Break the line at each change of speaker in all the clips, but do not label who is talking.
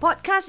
Podcast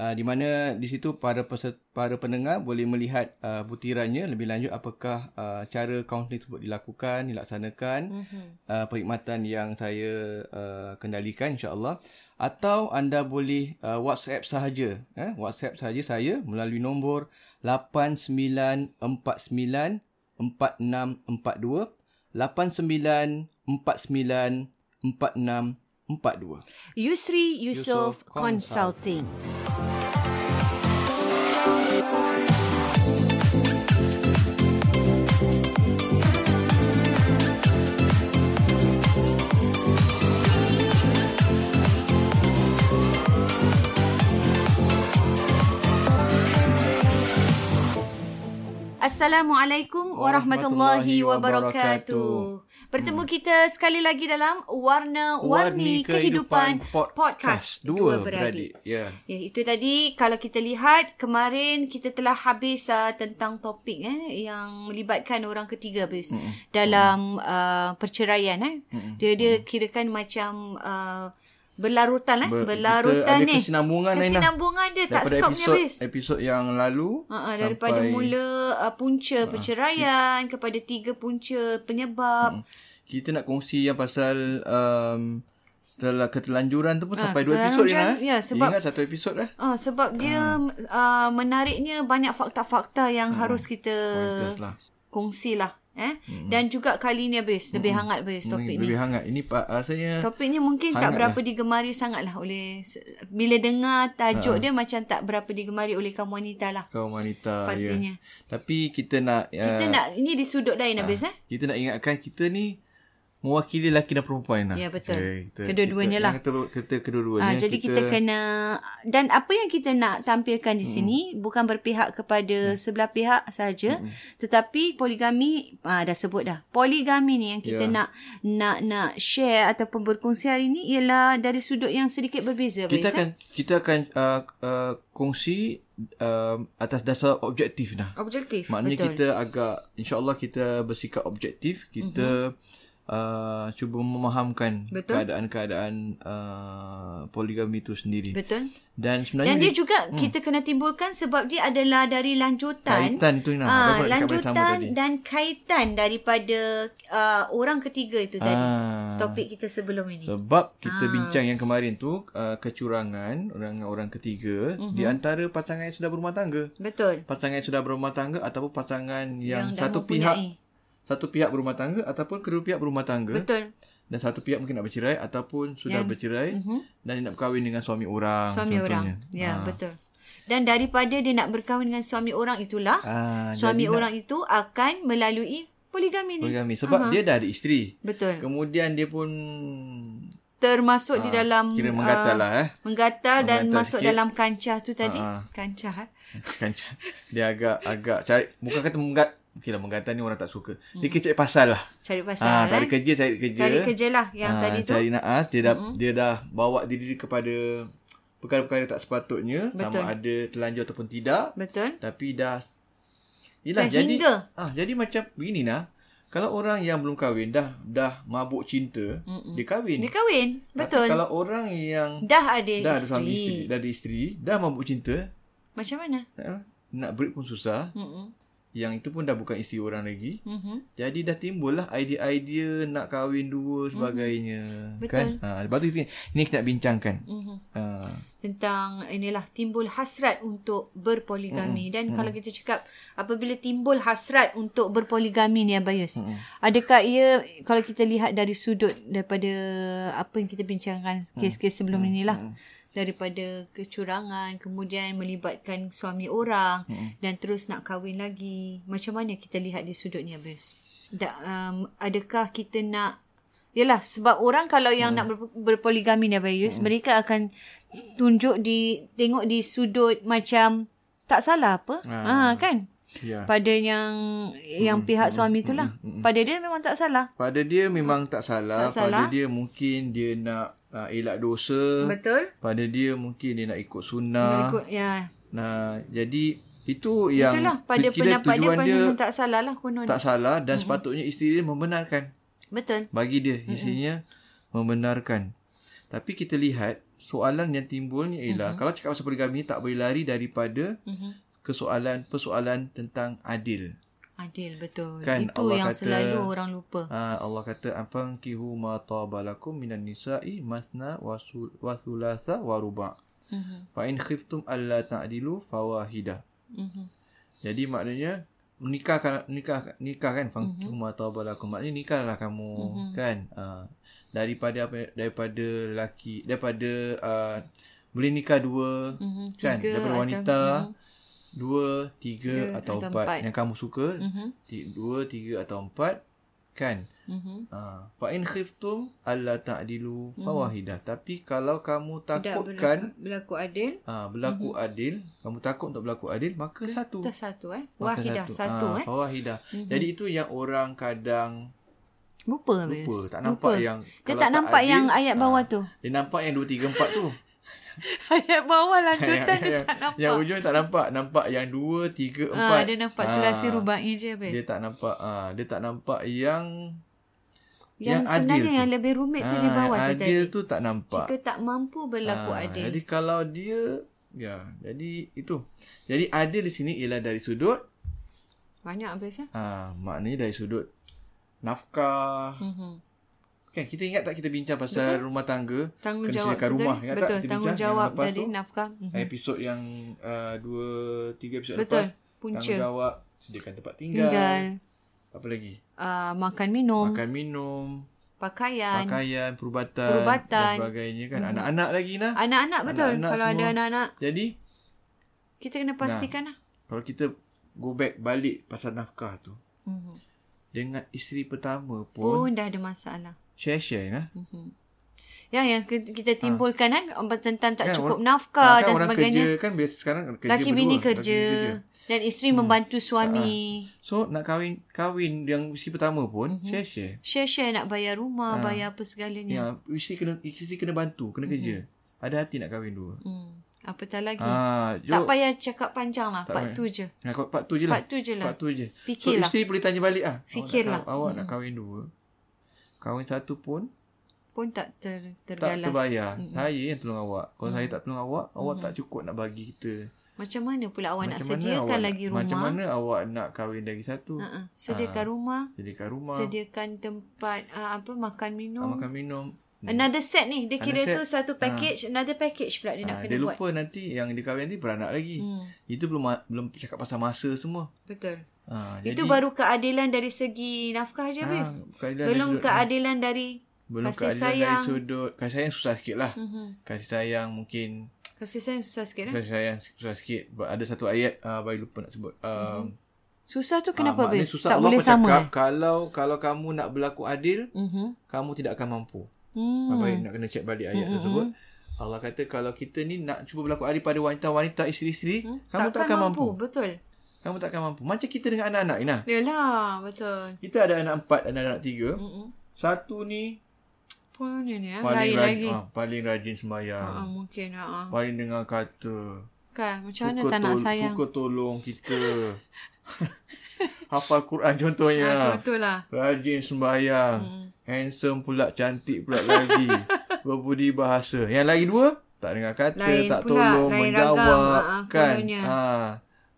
uh, di mana di situ para peset, para pendengar boleh melihat uh, butirannya lebih lanjut apakah uh, cara kaunseling tersebut dilakukan dilaksanakan mm-hmm. uh, perkhidmatan yang saya uh, kendalikan insyaallah atau anda boleh uh, WhatsApp sahaja eh WhatsApp sahaja saya melalui nombor 8949 4642 8949 4642
Yusri Yusof
Yusof Consulting.
Consulting. Assalamualaikum warahmatullahi
Warahmatullahi Hmm.
wabarakatuh. Bertemu kita sekali lagi dalam Warna-Warni Kehidupan Podcast Dua Beradik.
Ya. Yeah.
Ya, itu tadi kalau kita lihat kemarin kita telah habis uh, tentang topik eh yang melibatkan orang ketiga Abis mm. dalam uh, perceraian eh. Mm. Dia dia kirakan macam uh, berlarutan eh
Ber-
berlarutan
kita ada
ni.
kesinambungan, Naina.
Kesinambungan dia tak stopnya
episod,
Abis.
episod yang lalu
Uh, daripada
sampai Ha,
mula uh, punca perceraian kepada tiga punca penyebab
kita nak kongsi yang pasal um, setelah ketelanjuran tu pun sampai dua
ketelanjuran,
episod Rina.
Ah, ya, sebab-
Ingat satu episod lah.
Ah, sebab dia ah, menariknya banyak fakta-fakta yang
Hmm.
harus kita
Pantas lah.
kongsilah eh dan juga kali ni habis lebih hangat habis topik
Ini
ni.
Hmm. lebih hangat. Ini pak rasanya
Topiknya mungkin tak
Hangat eh?
berapa digemari sangatlah oleh bila dengar
Ha.
tajuk dia macam tak berapa digemari oleh kaum wanita lah.
kaum wanita.
Pastinya.
Ya. Tapi kita nak
Kita
kita, uh,
nak ini di sudut
Ha.
lain habis eh.
kita nak ingatkan kita ni mewakili lelaki dan perempuan lah.
Ya, betul.
kita,
Kedua-duanya
kita,
lah.
Kita, kita kedua-duanya.
Ah, jadi kita, kena dan apa yang kita nak tampilkan di sini
Hmm.
bukan berpihak kepada sebelah pihak saja tetapi poligami ah, dah sebut dah poligami ni yang kita
Ya.
nak nak nak share ataupun berkongsi hari ni ialah dari sudut yang sedikit berbeza
kita
Fiz, eh?
akan kita akan uh, uh, kongsi uh, atas dasar objektif dah.
objektif
Maknanya
betul
kita agak insyaallah kita bersikap objektif, kita mm-hmm. uh, cuba memahamkan
Mhm. Betul.
keadaan-keadaan uh, poligami itu sendiri.
betul
Dan sebenarnya
dan dia
Hmm.
juga kita kena timbulkan sebab dia adalah dari lanjutan
kaitan tu nah,
Ah,
Abang nak cakap benda sama
lanjutan dan kaitan daripada ah, orang ketiga itu tadi
Ah,
topik kita sebelum ini
sebab kita
Ah.
bincang yang kemarin tu uh, kecurangan orang-orang ketiga
Mhm.
di antara pasangan yang sudah berumah tangga.
betul
Pasangan yang sudah berumah tangga ataupun pasangan yang,
Yang dah
satu
mempunyai.
pihak eh? satu pihak berumah tangga ataupun kedua pihak berumah tangga
Betul.
dan satu pihak mungkin nak bercerai ataupun sudah bercerai uh-huh. dan dia nak berkahwin dengan suami
Mhm.
orang
Suami
Ah, contohnya. Ah.
orang. Ya, betul. Dan daripada dia nak berkahwin dengan suami orang itulah,
ah
suami orang itu akan melalui poligami ni.
poligami sebab uh-huh. dia dah ada isteri
Betul.
kemudian dia pun
Termasuk di dalam
Ah, kira menggatal
ah,
lah eh
menggatal dan
Menggatal
masuk
sikit.
dalam kancah tu tadi.
Ah, ah.
Kancah. eh?
kan dia agak agak cari bukan kata menggat okeylah menggatal ni orang tak suka dia kecil pasal lah
Cari Hmm. pasal.
ah
eh?
cari kerja cari kerja
Cari kerja lah yang
Ah,
tadi tu. Hmm.
Cari naas dia dah mm-hmm. dia dah bawa diri dia kepada perkara-perkara tak sepatutnya
Betul.
sama ada telanjur ataupun tidak
Betul.
tapi dah Yelah,
Sehingga.
jadi ah jadi macam begini nah kalau orang yang belum kahwin dah dah mabuk cinta Mm-mm. dia kahwin
Hmm. Dia kahwin. Betul.
tapi kalau orang yang
dah ada
dah ada suami isteri
isteri.
dah ada isteri dah mabuk cinta
Macam mana?
eh, nak break pun susah
Mm-mm.
yang itu pun dah bukan isteri orang lagi.
Mm-hmm.
Jadi dah timbullah idea-idea nak kahwin dua sebagainya.
Hmm. Betul.
Kan? Ha, lepas tu itu ini kita nak bincangkan.
Mm-hmm.
Ha,
Tentang inilah timbul hasrat untuk berpoligami mm-hmm. dan mm-hmm. kalau kita cakap apabila timbul hasrat untuk berpoligami ni Abayus. Mm-hmm. Adakah ia kalau kita lihat dari sudut daripada apa yang kita bincangkan kes-kes sebelum mm-hmm. inilah daripada kecurangan kemudian melibatkan suami orang mm-hmm. dan terus nak kahwin lagi. Macam mana kita lihat di sudut ni Abayus? Da, um, adakah kita nak Yalah sebab orang kalau yang
Hmm.
nak ber- berpoligami ni Abayus, hmm. mereka akan tunjuk di tengok di sudut macam tak salah apa.
Ah.
Ha, ha kan?
ya.
Pada yang yang
Hmm.
pihak suami tu lah. Pada dia memang tak salah.
Pada dia memang tak salah.
Tak salah.
Pada dia mungkin dia nak uh, elak dosa.
Betul?
Pada dia mungkin dia nak ikut sunnah.
Ikut ya.
Nah, jadi itu yang
Itulah pada
tu- kira
pendapat dia
tujuan
pun
dia,
memang tak salah lah konon.
tak salah dan sepatutnya isteri dia membenarkan.
Betul.
Bagi dia isinya membenarkan. Tapi kita lihat soalan yang timbulnya ialah kalau cakap pasal poligami tak boleh lari daripada
Mhm.
kesoalan persoalan tentang adil.
Adil betul.
Kan,
Itu
Allah
yang
kata-
selalu orang lupa.
Ha, Allah kata afan kihu ma tabalakum minan nisa'i masna wa sul- wa thulatha wa ruba.
Mhm.
Fa in khiftum alla ta'dilu fawahida.
Mhm.
Jadi maknanya menikahkan nikah nikah kan fangkihu ma tabalakum. Maknanya nikahlah kamu
Mhm.
kan. Uh, daripada apa daripada lelaki daripada uh, boleh nikah dua
Mhm.
kan
Tiga
daripada
atau-
wanita dua tiga
Tiga
atau
atau
empat
empat.
yang kamu suka
Mhm.
ti- dua tiga atau empat kan
Mhm.
Ha, fa in khiftum alla ta'dilu fawahidah. Tapi kalau kamu
Tidak
takutkan
berlaku, berlaku Mhm. adil.
ha, berlaku adil, kamu takut untuk berlaku adil, maka satu.
Kita satu eh.
Maka
Wahidah satu,
Ah,
eh.
Fawahidah.
Mhm.
Jadi itu yang orang kadang
Lupa habis.
lupa, tak nampak
Lupa.
yang
Dia
kalau
tak nampak
adil,
yang ayat
ah,
bawah tu.
Dia nampak yang 2 3 4 tu.
Ayat bawah lanjutan
yang,
dia
yang,
tak nampak.
yang ujung tak nampak, nampak yang 2 3 4.
Ah, dia nampak selasi
Ah,
rubai je habis.
Dia tak nampak ah, dia tak nampak yang
yang,
yang adil
sebenarnya
tu.
yang lebih rumit tu di
ah,
bawah tu
yang
tadi.
adil tu tak nampak.
Jika tak mampu berlaku
Ah,
adil.
Jadi kalau dia ya, jadi itu. Jadi adil di sini ialah dari sudut
Banyak habis eh.
ah maknanya dari sudut nafkah.
Mhm.
Kan kita ingat tak kita bincang pasal Betul. rumah tangga,
Tanggungjawab
kena sediakan
tu
rumah.
tadi.
Ingat tak
Betul,
kita
tanggungjawab
bincang yang
tadi
lepas tu?
nafkah. Mhm.
hmm. episod yang uh, dua tiga episod
Betul.
lepas
Punca.
tanggungjawab, sediakan tempat tinggal,
Tinggal.
apa lagi?
ah, makan minum.
Makan minum,
pakaian.
pakaian, perubatan,
Perubatan. Mm-hmm.
dan sebagainya kan. Anak-anak lagi nah.
Anak-anak betul.
Anak-anak
Kalau ada
semua.
anak-anak.
Jadi
Kita kena pastikan lah.
kalau kita go back balik pasal nafkah tu
Mhm.
dengan isteri pertama pun,
Pun dah ada masalah.
share-share nah.
Mhm. Ya, yang kita kita timbulkan kan um, tentang tak
Ah. Kan,
cukup
orang-
nafkah
Ah,
dan
orang
sebagainya.
Kerja, kan biasa sekarang kerja
Laki
berdua.
bini kerja dan isteri
Hmm.
membantu suami.
So nak kahwin kahwin yang isteri pertama pun mm-hmm. share-share.
Share-share nak bayar rumah, bayar apa segalanya.
Ah. Ya, isteri kena isteri kena bantu, kena mm-hmm. kerja. Ada hati nak kahwin dua.
Hmm. Apatah lagi.
Ah,
tak
jom.
payah cakap panjang lah. Part
payah.
tu je.
Nah, kau part tu je lah.
Part tu je lah.
Part tu je. So
Fikirlah.
isteri boleh tanya balik ah.
Fikirlah. Hmm.
Awak, nak, kahwin- awak nak kahwin dua. Kahwin satu pun
Pun tak ter,
tak
terbalas.
terbayar.
Hmm.
Saya yang tolong awak. Kalau saya tak tolong awak, awak tak cukup nak bagi kita.
Macam mana pula Hmm. awak nak
Macam mana
sediakan
awak nak-
lagi rumah? Ha.
Macam mana awak nak kahwin lagi satu?
Ha-ha. Sediakan rumah.
Sediakan rumah,
Sediakan tempat ah, apa makan minum.
makan minum.
Another set ni. Dia kira
Hmm. Another set.
tu satu package. Another package pula dia nak
Ha,
kena
dia
buat.
lupa nanti yang dia kahwin nanti beranak lagi.
Hmm.
Itu belum ma- belum cakap pasal masa semua.
Betul.
Ha,
Itu baru keadilan dari segi nafkah je,
ha,
Bis.
keadilan dari
Belum
sudut-
keadilan dari
belum
kasih
keadilan
sayang.
dari sudut kasih sayang susah sikit lah.
Mhm.
Kasih sayang mungkin
kasih sayang susah sikit eh?
kasih sayang susah sikit. But ada satu ayat uh, baru lupa nak sebut. Um,
Susah tu
ah,
Mhm. kenapa
maknanya
bis?
susah
Tak
Allah
boleh
pun
sama. eh?
cakap, Kalau kalau kamu nak berlaku adil,
Mhm.
kamu tidak akan mampu.
Hmm.
Hmm. Baik nak kena check balik ayat hmm. tersebut. Allah kata kalau kita ni nak cuba berlaku adil pada wanita-wanita isteri-isteri, hmm. kamu tak akan mampu. mampu.
Betul.
Kamu tak akan mampu. Macam kita dengan anak-anak Ina.
Yalah, betul.
Kita ada anak empat dan anak tiga.
Mm-mm.
Satu ni
Pun ni ya. Lain
paling rajin,
lagi.
Ah, paling rajin sembahyang.
Ah, mungkin ah. ah.
Paling dengar kata.
Kan, macam mana
Suka,
tak nak
tol-
sayang?
suka tolong kita. Hafal Quran contohnya.
Ah, betul lah.
Rajin sembahyang. Hmm. Handsome pula, cantik pula lagi. Berbudi bahasa. Yang lagi dua, tak dengar kata,
Lain
tak
pula,
tolong,
lain Ah, ragam.
menjawab.
Ha, ha,
kan?
kononnya.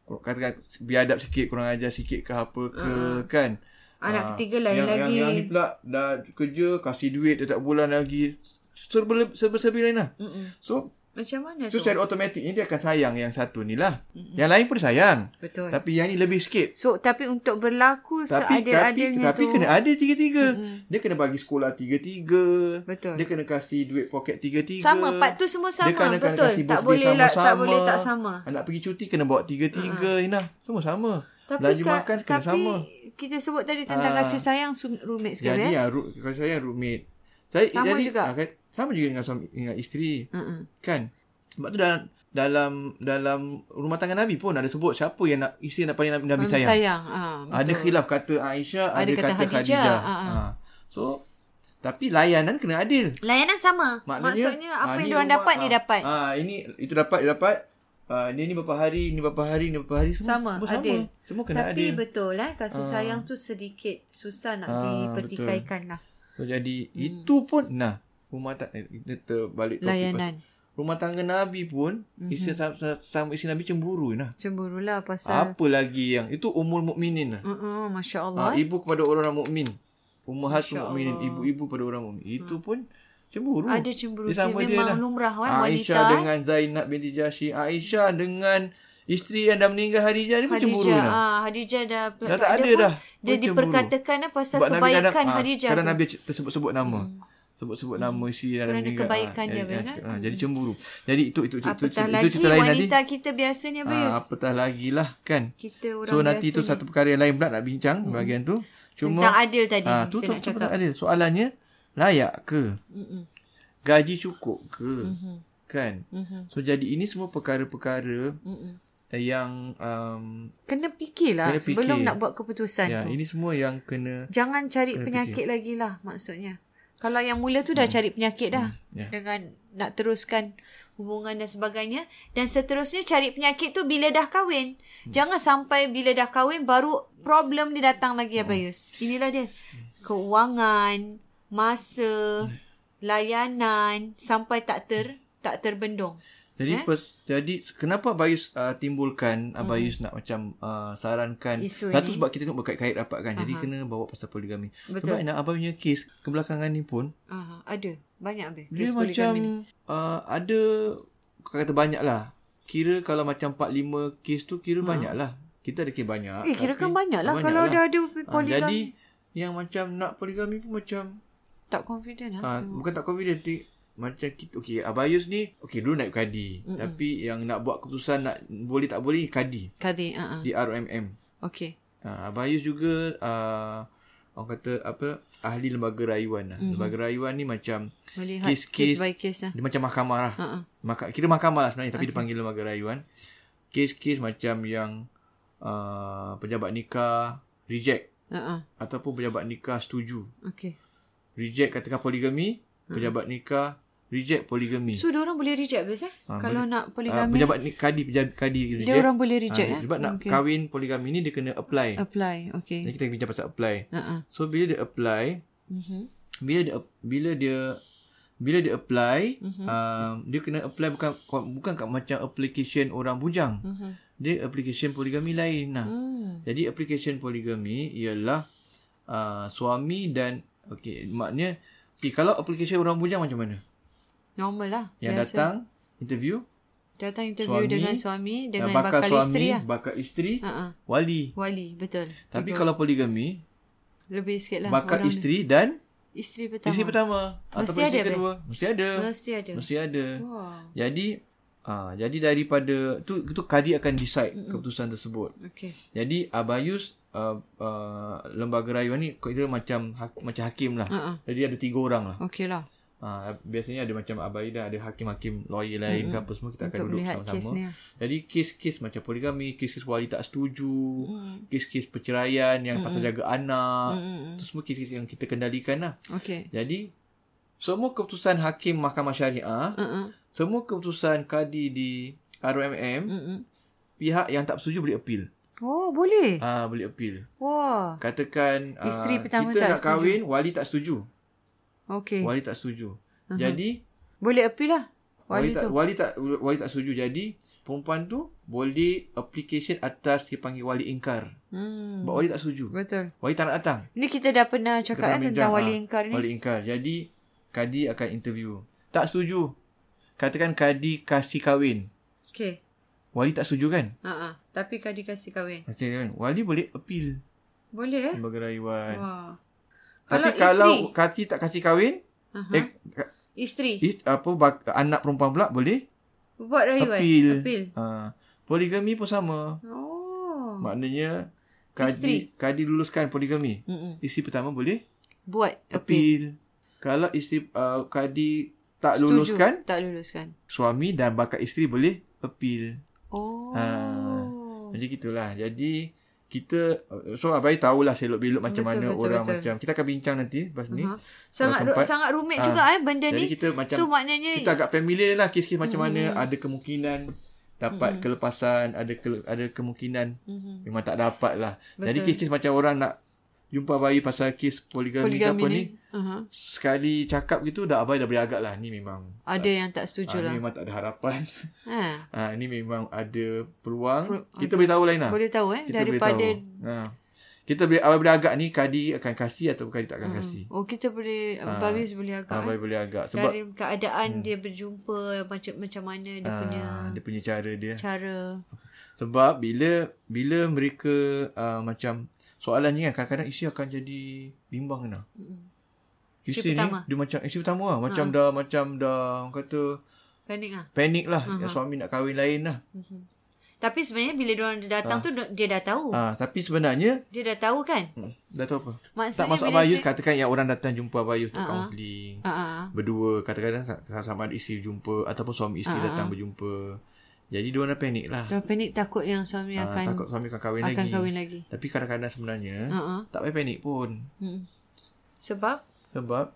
Ha. katakan biadab sikit, kurang ajar sikit ke apa ke kan.
Ah, Anak
Ah,
ketiga lain
yang,
lagi.
Yang, yang ni pula dah kerja, kasih duit tiap-tiap bulan lagi. Serba, le- serba-serbi lain lah.
Mm-mm.
So,
Macam mana
so
tu?
secara automatiknya dia akan sayang yang satu ni lah. Yang lain pun sayang.
Betul.
Tapi yang ni lebih sikit.
So tapi untuk berlaku
Tapi tapi,
seadil-adilnya
tapi
tu.
kena ada tiga-tiga. Dia kena bagi sekolah tiga-tiga.
Betul.
Dia kena kasih duit poket tiga-tiga.
Sama, part tu semua sama.
Dia kena kena
Betul.
kasih
Tak
birthday
boleh lah- tak
sama-sama.
boleh tak sama.
Anak pergi cuti kena bawa tiga-tiga, uh Inah. Semua sama. Tapi Belanja
ka-
makan kena
tapi
sama.
kita sebut tadi tentang
Ah.
kasih sayang sum- roommate
Jadi
sekali. Jadi, eh?
ya, ru- kalau saya roommate. Saya,
Sama
jadi,
juga.
ah, kan- sama juga dengan suami, dengan isteri.
Mm-mm.
Kan? Sebab tu dalam dalam dalam rumah tangga Nabi pun ada sebut siapa yang nak isteri yang paling Nabi, Nabi
Memang
sayang.
sayang. Ah,
Ada
betul.
khilaf kata Aisyah, ada,
Ada kata
kata, Khadijah.
Khadijah. Ah, ah.
Ha. So tapi layanan kena adil. ha,
Layanan sama. Maksudnya apa yang diorang dapat, dia dapat.
Ah ini itu dapat dia dapat. Ah ini ni berapa hari, ni berapa hari, ni berapa hari semua
Sama,
semua
adil.
Sama. Semua kena
Tapi
adil.
betul lah, kasih
Ah.
sayang tu sedikit susah nak
Ah,
dipertikaikan lah.
so, jadi itu pun nah rumah tak eh, kita terbalik topik pasal-
Layanan. Mhm.
Rumah tangga Nabi pun mm-hmm. isteri sama, sama isteri Nabi cemburu nah.
Cemburulah pasal.
Apa lagi yang itu umul mukminin lah.
Mm-mm, Masya
Ha,
Allah. eh.
ibu kepada orang mukmin. Ummahatul
Masya
mukminin,
Allah. Hmm.
ibu-ibu kepada orang mukmin. Itu pun cemburu.
Ada cemburu.
Dia sama dia
Memang
lah.
lumrah kan wanita.
Aisyah
eh.
dengan Zainab binti Jahsy, Aisyah dengan isteri yang dah meninggal Khadijah ni pun cemburu
Hadijah,
dah.
ah, Hadijah dah,
lah. Dah tak ada
pun
dah.
Dia
Pun cemburu.
diperkatakan lah pasal
Sebab Nabi
kebaikan
kadang, ah,
Hadijah.
kadang
tu. Hmm.
Nabi tersebut-sebut nama. Sebut-sebut nama isteri yang dah
Kerana
meninggal.
kebaikan
Ah,
dia,
jadi-
Abang,
ah, Jadi cemburu. Jadi itu itu itu, itu,
Apatah
itu
lagi
cerita lain nanti.
wanita kita biasanya Bayus.
Ah, apatah lagi lah kan.
kita orang
So nanti
biasa Hmm.
tu satu perkara yang lain pula nak bincang bahagian tu. Cuma
Tentang adil tadi
Ah, tu
kita
tu
nak
tu
cakap.
ada. Soalannya layak ke?
Mm-mm.
Gaji cukup ke?
Mhm.
Kan?
Mhm.
So jadi ini semua perkara-perkara
Mm-mm.
yang um,
Kena fikirlah
Kena fikir.
sebelum nak buat keputusan
ya,
tu.
ini semua yang kena
Jangan cari
Kena Hmm.
penyakit lagi lah maksudnya. Kalau yang mula tu dah cari penyakit dah.
ya.
Dengan nak teruskan hubungan dan sebagainya. Dan seterusnya cari penyakit tu bila dah kahwin.
Hmm.
Jangan sampai bila dah kahwin baru problem dia datang lagi
Hmm.
apa Yus. Inilah dia. Keuangan, masa,
Hmm.
layanan sampai tak ter tak terbendung.
Jadi eh? pers- jadi kenapa Bayus uh, timbulkan uh, Bayus nak macam uh, sarankan
Mhm. Isu
satu
ini.
sebab kita tengok berkait-kait rapat kan. Jadi kena bawa pasal poligami.
Betul.
Sebab nak abang punya kes kebelakangan ni pun
Aha, ada banyak habis
dia
kes
macam
poligami ni.
uh, ada kau kata banyak lah. Kira kalau macam 4 5 kes tu kira banyak lah. Kita ada kes banyak.
Hmm. Eh kira kan
tapi
banyak lah kalau dah ada
Ah,
poligami.
Jadi yang macam nak poligami pun macam
tak confident lah.
Ha, bukan tak confident ti- macam kita okey Abayus ni okey dulu naik kadi
Hmm.
Mm-mm. tapi yang nak buat keputusan nak boleh tak boleh kadi
Kadir, uh-uh.
di RMM.
okay.
Ha, Abayus juga uh, orang kata apa ahli lembaga rayuan lah.
Hmm.
Mm-hmm. Lembaga rayuan ni macam
Melihat
Kes-
kes,
kes-
kes by kes lah.
dia macam mahkamah lah.
Uh-uh.
Maka, kira mahkamah lah sebenarnya tapi okay. dia panggil lembaga rayuan. Kes-kes macam yang uh, pejabat nikah reject
Uh-uh.
ataupun pejabat nikah setuju.
Okay.
Reject katakan poligami, pejabat nikah reject poligami.
Hmm. So, diorang boleh reject biasa?
Ah,
Ha, kalau nak
Ah,
poligami,
pejabat ni kadi pejabat kadi reject.
dia orang boleh reject.
Ah,
eh?
Sebab nak
okay.
kahwin poligami ni dia kena apply.
Apply, okay.
Jadi kita bincang pasal apply.
Uh-uh.
So bila dia apply,
Mm-hmm.
bila dia bila dia bila dia apply,
Mhm.
mm-hmm. um, dia kena apply bukan bukan kat macam application orang bujang.
Mm-hmm.
Dia application poligami lain lah.
Hmm.
Jadi application poligami ialah uh, suami dan okey maknanya okay, kalau application orang bujang macam mana?
Normal lah.
Yang Biasa. datang interview
Datang interview
Ya. suami,
suami, dengan suami,
dan
dengan
bakal,
bakal,
suami,
isteri lah.
bakal isteri,
Uh-uh.
wali.
Wali, betul.
Tapi kalau poligami,
Lebih sikit lah.
bakal
orang-
isteri dan
Isteri pertama.
isteri pertama
ada,
ataupun isteri
Abel?
kedua mesti ada.
Mesti ada.
Mesti ada.
Wow.
Jadi ah jadi daripada tu tu kadi akan decide Mm-mm. keputusan tersebut.
Okay.
Jadi Abayus uh, uh, lembaga rayuan ni kita macam ha, macam hakim lah.
Uh-uh.
Jadi ada tiga orang lah.
Okay lah.
Ha, biasanya ada macam Abayda, ada hakim-hakim lawyer lain mm-hmm. ke apa semua kita akan
Untuk
duduk
melihat kes
sama-sama.
ni lah.
Jadi kes-kes macam poligami, kes-kes wali tak setuju,
Mm.
kes-kes perceraian yang mm pasal jaga anak,
Mm-mm.
Itu semua kes-kes yang kita kendalikan lah.
Mm-hmm, Okay.
Jadi, semua keputusan hakim mahkamah syariah,
Uh-uh.
semua keputusan kadi di RMM,
Mm-mm.
pihak yang tak setuju boleh appeal.
Mm-hmm. Oh, boleh.
Ah, boleh appeal.
Wah.
Katakan ah,
Isteri pertama
kita
tak
nak
setuju. Eh.
kahwin, wali tak setuju.
Okey. Ah,
Wali tak setuju. Jadi,
Boleh appeal lah.
Wali,
Wali
tak
tu.
wali tak wali tak setuju jadi perempuan tu boleh application atas dipanggil wali ingkar.
Hmm.
Sebab wali tak setuju.
Betul.
Wali tak nak datang.
Ni kita dah pernah cakap kan
Geram
tentang
bincang,
wali
ah.
ingkar ni.
Wali ingkar. Jadi kadi akan interview. Tak setuju. Katakan kadi kasih kahwin.
Okey.
Wali tak setuju kan?
Ha ah. Tapi kadi kasih kahwin.
Kata kan wali boleh appeal
Boleh eh?
lembaga
Wah.
raiwan. Hmm. Tapi
Kalau isteri.
kalau Eh,
Eh.
kadi tak kasih kahwin,
Aha.
eh, ka-
Isteri.
is- apa bak, anak perempuan pula boleh
Buat rayuan.
appeal.
Appeal.
Ha, poligami pun sama.
Oh.
Maknanya kadi kadi luluskan poligami.
Mm-mm.
Isteri pertama boleh
Buat appeal.
appeal. Kalau isteri uh, kadi tak
Setuju.
luluskan,
Tak luluskan.
suami dan bakal isteri boleh appeal.
Oh.
Ah. Macam gitulah. Jadi kita uh, so abai tahulah selok belok macam
Betul,
mana
betul,
orang
betul.
macam. Kita akan bincang nanti lepas ni.
Aha. Sangat
Kalau sempat.
sangat rumit
Ah.
juga eh benda
Jadi
ni.
kita macam
So Hmm. maknanya
kita agak familiar lah kes macam mana ada kemungkinan dapat
Hmm.
kelepasan, ada ke, ada kemungkinan
Mhm.
memang tak dapat lah. Jadi
Betul.
kes-kes macam orang nak jumpa abai pasal kes poligami, ke
poligami
apa
ni.
ni.
Aha.
Sekali cakap gitu dah abai dah boleh agak lah. Ni memang
Ada yang tak
ah,
setuju lah.
ni memang tak ada harapan.
Ha.
Ah ni memang ada peluang.
Peluang.
kita boleh tahu lain lah.
Boleh tahu eh
kita
daripada
boleh tahu. Ha. Kita boleh awal boleh agak ni kadi akan kasih atau kadi tak akan kasih.
Oh kita boleh
Ah.
Baris boleh agak.
Ha,
eh.
boleh boleh agak sebab Hmm.
Dari keadaan dia berjumpa macam macam mana dia punya
ah, dia punya cara dia.
cara.
Sebab bila bila mereka uh, macam soalan ni kan kadang-kadang isteri akan jadi bimbang kena.
Mm-mm.
Isteri
Isteri Hmm. pertama. Ha.
Ni, dia macam isteri pertama lah. Macam dah macam dah orang kata
Panik ah.
panik lah. Yang suami nak kahwin lain lah.
Mhm. Tapi sebenarnya bila dia orang datang tu dia dah tahu.
Ah, tapi sebenarnya
Dia dah tahu kan?
hmm, dah tahu apa?
Maksudnya
tak masuk kan?
bila
Abayus
isteri-
katakan yang orang datang jumpa Abayus untuk kaunseling.
Ha ah.
berdua kadang-kadang sa- sama-sama ada isteri berjumpa ataupun suami isteri
Ah,
uh-huh. datang berjumpa. Jadi dia orang dah panik lah.
Dah panik takut yang suami
Ha,
akan
takut suami akan kahwin
akan
lagi. Eh?
kahwin lagi.
Tapi kadang-kadang sebenarnya
Ha ah.
tak payah panik pun.
Mm. Sebab
Sebab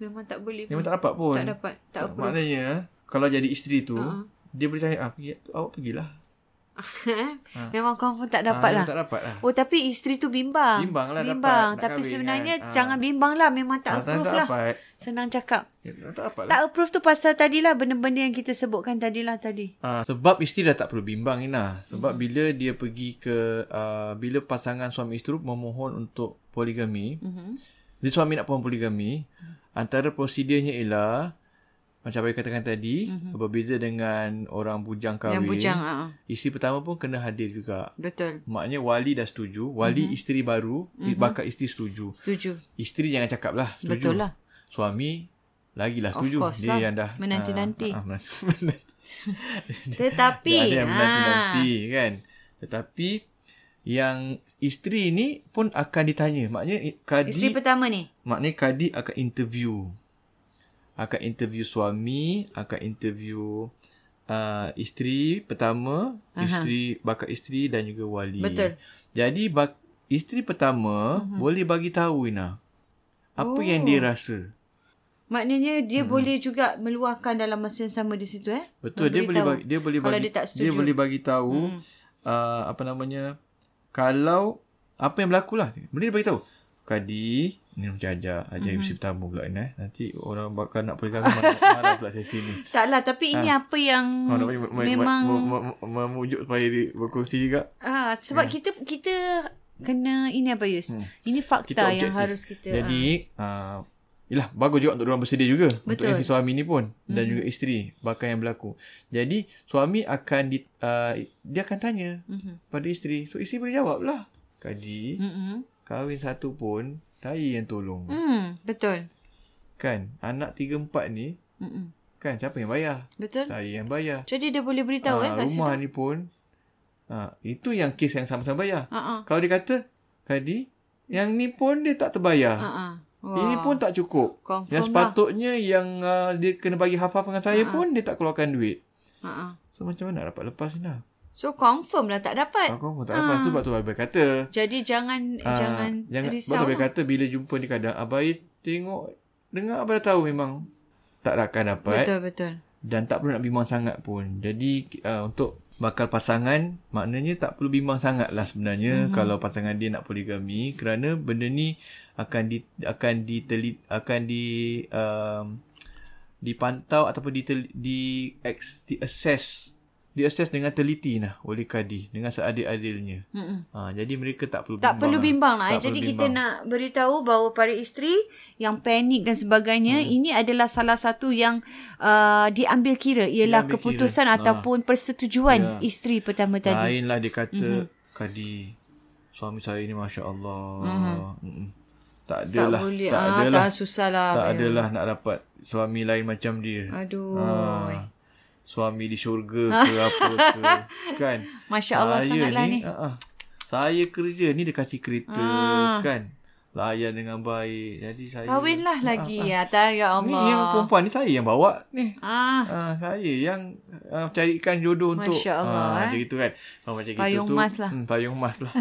memang tak boleh.
memang tak dapat pun.
tak dapat. Tak apa.
Maknanya kalau jadi isteri tu
Ha.
dia boleh tanya ah pergi awak pergilah.
memang confirm tak
Ah,
dapat lah.
memang Tak dapat lah.
Oh tapi isteri tu bimbang.
Bimbang lah dapat
Bimbang.
nak
Tapi
kahwin
sebenarnya
kan. Ah.
jangan bimbang lah. Memang tak
tak,
approve
tak
lah.
dapat.
Senang cakap.
Ya, Tak dapat lah.
Tak approve tu pasal tadilah benda-benda yang kita sebutkan tadilah tadi.
Ah, sebab isteri dah tak perlu bimbang Ina. Sebab
Hmm.
bila dia pergi ke uh, bila pasangan suami isteri memohon untuk poligami,
Mm-hmm.
Jadi suami nak perempuan poligami,
Hmm.
antara prosedurnya ialah macam saya katakan tadi, mm-hmm. berbeza dengan orang bujang kahwin.
Hmm. Yang bujang. ah, ah.
Isteri pertama pun kena hadir juga.
Betul.
Maknanya wali dah setuju,
Hmm.
wali mm-hmm. isteri baru, mm-hmm. bakal isteri setuju.
Setuju.
Isteri jangan cakap lah, setuju.
Hmm. Betul lah.
Suami lagilah setuju.
course
Dia
lah.
yang dah
Menanti-nanti.
ah, ah, menanti-nanti.
Tetapi.
Ada yang
ha,
menanti-nanti kan. Tetapi yang isteri ni pun akan ditanya. Maknanya eh, kadi
isteri pertama ni.
Maknanya Kadi akan interview. Akan interview suami, akan interview uh, isteri pertama, Aha. isteri bakal isteri dan juga wali.
Betul.
Jadi bak, isteri pertama uh-huh. boleh bagi tahu Ina apa oh. yang dia rasa.
Maknanya dia
Hmm.
boleh juga meluahkan dalam masa yang sama di situ eh.
Betul dia boleh
Memberitahu
bagi, dia boleh
kalau
bagi
dia tak
dia
setuju.
boleh bagi tahu hmm. uh, apa namanya kalau apa yang berlaku lah. Benda dia bagi tahu. Kadi ni macam ajak ajak hmm. pertama pula Ina eh. Nanti orang bakal nak pergi marah, marah pula sesi ni.
Taklah lah, tapi ini apa yang
Oh, namanya me- me-
Hmm. memang
me- me- me- memujuk supaya dia berkongsi juga.
ah sebab
Ya.
kita kita kena ini apa Yus? Ini
Hmm. Kita
fakta
objektif.
yang harus kita ah.
Jadi, uh, yalah, bagus juga untuk orang bersedia juga. Untuk
Betul. Hmm.
isteri suami ni pun. Dan juga isteri. Bakal yang berlaku. Jadi, suami akan, di, uh, dia akan tanya
Mhm.
pada isteri. So, isteri boleh jawab lah. Kadi,
Mm-mm.
kahwin satu pun, saya yang tolong.
Mhm. Hmm, betul.
Kan, anak tiga empat ni,
Mm-mm.
kan, siapa yang bayar?
Betul.
Saya yang bayar.
Jadi dia boleh beritahu eh
Ah,
kat situ.
rumah ni pun, ah, itu yang kes yang sama-sama bayar.
Ha ah.
Kalau dia kata, Kadi, yang ni pun dia tak
Ha
terbayar.
ah.
Wah. Ini pun tak cukup.
Confirm lah.
yang sepatutnya yang uh, dia kena bagi half-half dengan saya
Ah.
pun dia tak keluarkan duit.
Ha ah.
So macam mana nak dapat lepas ni lah?
So confirm lah tak dapat.
Aku pun tak lepas. Tu Sebab tu Abai kata.
Jadi jangan
ah,
jangan,
jangan Sebab tu
risau.
Abai
lah.
kata bila jumpa ni kadang Abai tengok, dengar Abai dah tahu memang tak akan dapat.
Betul betul.
dan tak perlu nak bimbang sangat pun. Jadi uh, untuk bakal pasangan maknanya tak perlu bimbang sangat lah sebenarnya
Mhm.
mm-hmm. kalau pasangan dia nak poligami kerana benda ni akan di akan diteli akan di um, dipantau ataupun ditel, di ex, di assess di assess dengan teliti nah oleh kadi dengan seadil-adilnya.
Mm-mm.
Ha, jadi mereka tak perlu
Tak perlu bimbang lah.
Tak
Jadi
perlu
kita nak beritahu bahawa para isteri yang panik dan sebagainya hmm. ini adalah salah satu yang uh, diambil kira ialah
Diambil kira.
keputusan
Ha.
ataupun persetujuan
Ya.
isteri pertama tadi.
Lainlah dia kata
Mhm.
mm-hmm. Kadi Suami saya ni Masya Allah mm-hmm. Tak
Mhm. tak
adalah
boleh.
Tak
ah,
adalah
tak susah lah.
Tak adalah nak dapat Suami lain macam dia
Aduh.
ha, Suami di syurga ke apa ke Kan
Masya Allah
Saya
sangatlah ni.
ah, ah, Saya kerja ni dia kasih kereta
Ah.
Kan Layan dengan baik Jadi saya
Kahwinlah
Ah,
lagi. Ya, tak, ya
Ni
Allah.
yang perempuan ni saya yang bawa ni
Ah,
Ah, saya yang uh, carikan jodoh untuk
Masya Allah,
ah,
eh.
dia gitu kan. Kalau macam
Payung
gitu tu
emas lah.
Hmm, payung emas lah.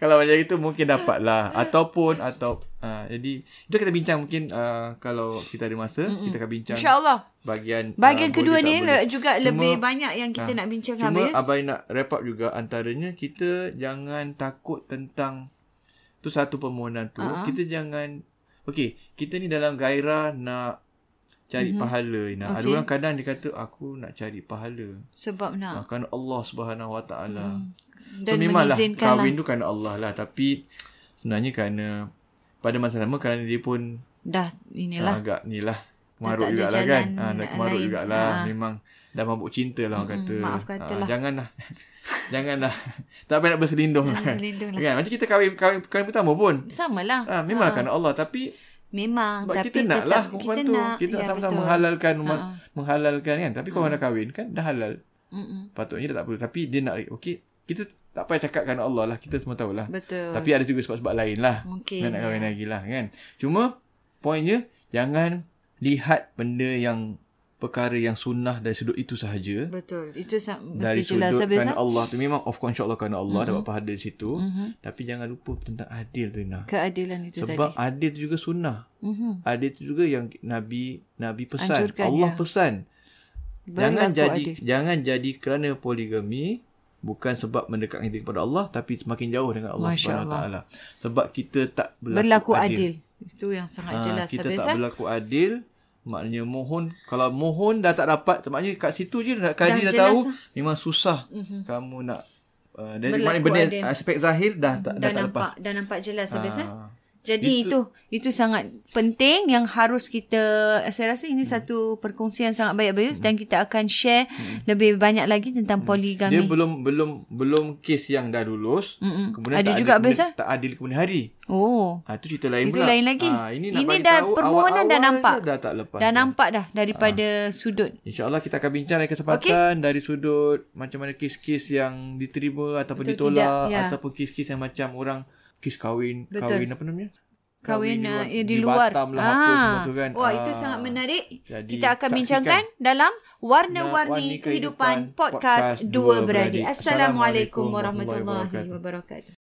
Kalau macam itu mungkin dapat lah ataupun atau ah, jadi itu kita bincang mungkin ah, kalau kita ada masa Mm-mm. kita akan bincang
insyaAllah.
bahagian
Bahagian
ah,
kedua
boleh tak
ni lah,
boleh.
le- juga
Cuma-
lebih banyak yang kita
Ah.
nak bincangkan
Cuma
habis.
abai nak wrap up juga antaranya kita jangan takut tentang tu satu permohonan tu.
Ah.
Uh-huh. Kita jangan okey, kita ni dalam gairah nak cari mm-hmm. pahala Ina. Okay. Ada
Mhm. Okey.
orang kadang dia kata aku nak cari pahala.
Sebab
Ha.
nak. hmm,
Kerana Allah Subhanahu Wa Taala.
Ah. Mhm. Dan
memanglah
mengizinkan lah.
kahwin tu kerana Allah lah tapi sebenarnya kerana pada masa sama kerana dia pun
Dah,
Yalah.
inilah.
agak ni lah
tak
kemarut
ada
jugalah
jalan
kan ha, dah kemarut
lain.
jugalah
Ah.
ha. memang dah mabuk cinta lah orang
Mm-mm,
kata
maaf lah. katalah.
ha, janganlah janganlah tak payah nak berselindung lah kan
Selindung lah.
kan macam kita kahwin kahwin, kahwin pertama pun
Sama lah.
ha, memang ha. kerana Allah tapi
Memang.
sebab
Ah, tapi
kita nak
tetap
lah perempuan tu kita nak
Ya,
sama-sama
betul. Hmm.
menghalalkan
Ha,
ha. menghalalkan kan tapi kalau orang dah kahwin kan dah halal
Mm-mm.
patutnya dia tak perlu tapi dia nak okey kita tak payah cakap kerana Allah lah kita semua tahulah
Betul.
tapi ada juga sebab-sebab lain lah
Mungkin.
Okay, nak kahwin lagi lah kan. Cuma poinnya jangan lihat benda yang perkara yang sunnah dari sudut itu sahaja.
Betul. Itu sa-
Dari
mesti jelas.
sudut
Habis
kerana
lah.
Allah tu memang of course insyaAllah kerana Allah mm-hmm. dapat pahala di situ. Mm-hmm.
Mhm.
Tapi jangan lupa tentang adil tu Ina.
Keadilan itu
Sebab
tadi.
adil tu juga sunnah.
Mhm.
Adil tu juga yang Nabi Nabi pesan.
Anjurkan,
Allah
ya.
pesan.
Berlaku
Jangan jadi
adil.
jangan jadi kerana poligami bukan sebab mendekatkan diri kepada Allah tapi semakin jauh dengan Allah
Masya
Subhanahu Wa
Allah.
Taala. Sebab kita tak berlaku,
Berlaku
adil.
adil. Itu yang sangat
Ah,
jelas.
kita
Habis
tak
lah.
berlaku adil maknanya mohon kalau mohon dah tak dapat maknanya kat situ je dah kaji
Dah
dah, dah
jelas
tahu
lah. Mhm.
memang susah kamu nak uh, dari
Berlaku
maknanya benda
adil.
aspek zahir dah tak dah,
Dah
tak lepas
nampak, dah nampak jelas habis eh.
Ah,
Jadi itu, itu itu sangat penting yang harus kita saya rasa ini
Hmm.
satu perkongsian sangat baik Bayus dan kita akan share lebih banyak lagi tentang poligami.
Hmm. dia belum belum belum kes yang dah lulus
Mm-mm.
kemudian
Ada
tak
juga
adil
habis,
kemudian, tak adil kemudian hari
oh.
ha, itu cerita lain
Itu
pula
lain lagi.
Ah, ini nak
Ini
bagi
dah
tahu
permohonan dah
awal-awal
nampak.
je dah tak lepas
Dah nampak dah
Ah.
daripada sudut.
InsyaAllah kita akan bincang dari kesempatan okay. dari sudut macam mana kes-kes yang diterima ataupun
Betul
ditolak
tidak, ya.
ataupun kes-kes yang macam orang kes kahwin
Betul.
kahwin apa namanya?
Kahwin
di
uh,
luar-
di, di luar. Ah.
Batam lah apa semua tu kan.
Wah, itu
Ah.
sangat menarik.
Jadi,
kita akan
saksikan.
bincangkan dalam Warna-Warni
Warna Kehidupan
Kehidupan Podcast
Podcast
Dua
Dua
Beradik.
Beradik.
Assalamualaikum warahmatullahi
Warahmatullahi
wabarakatuh.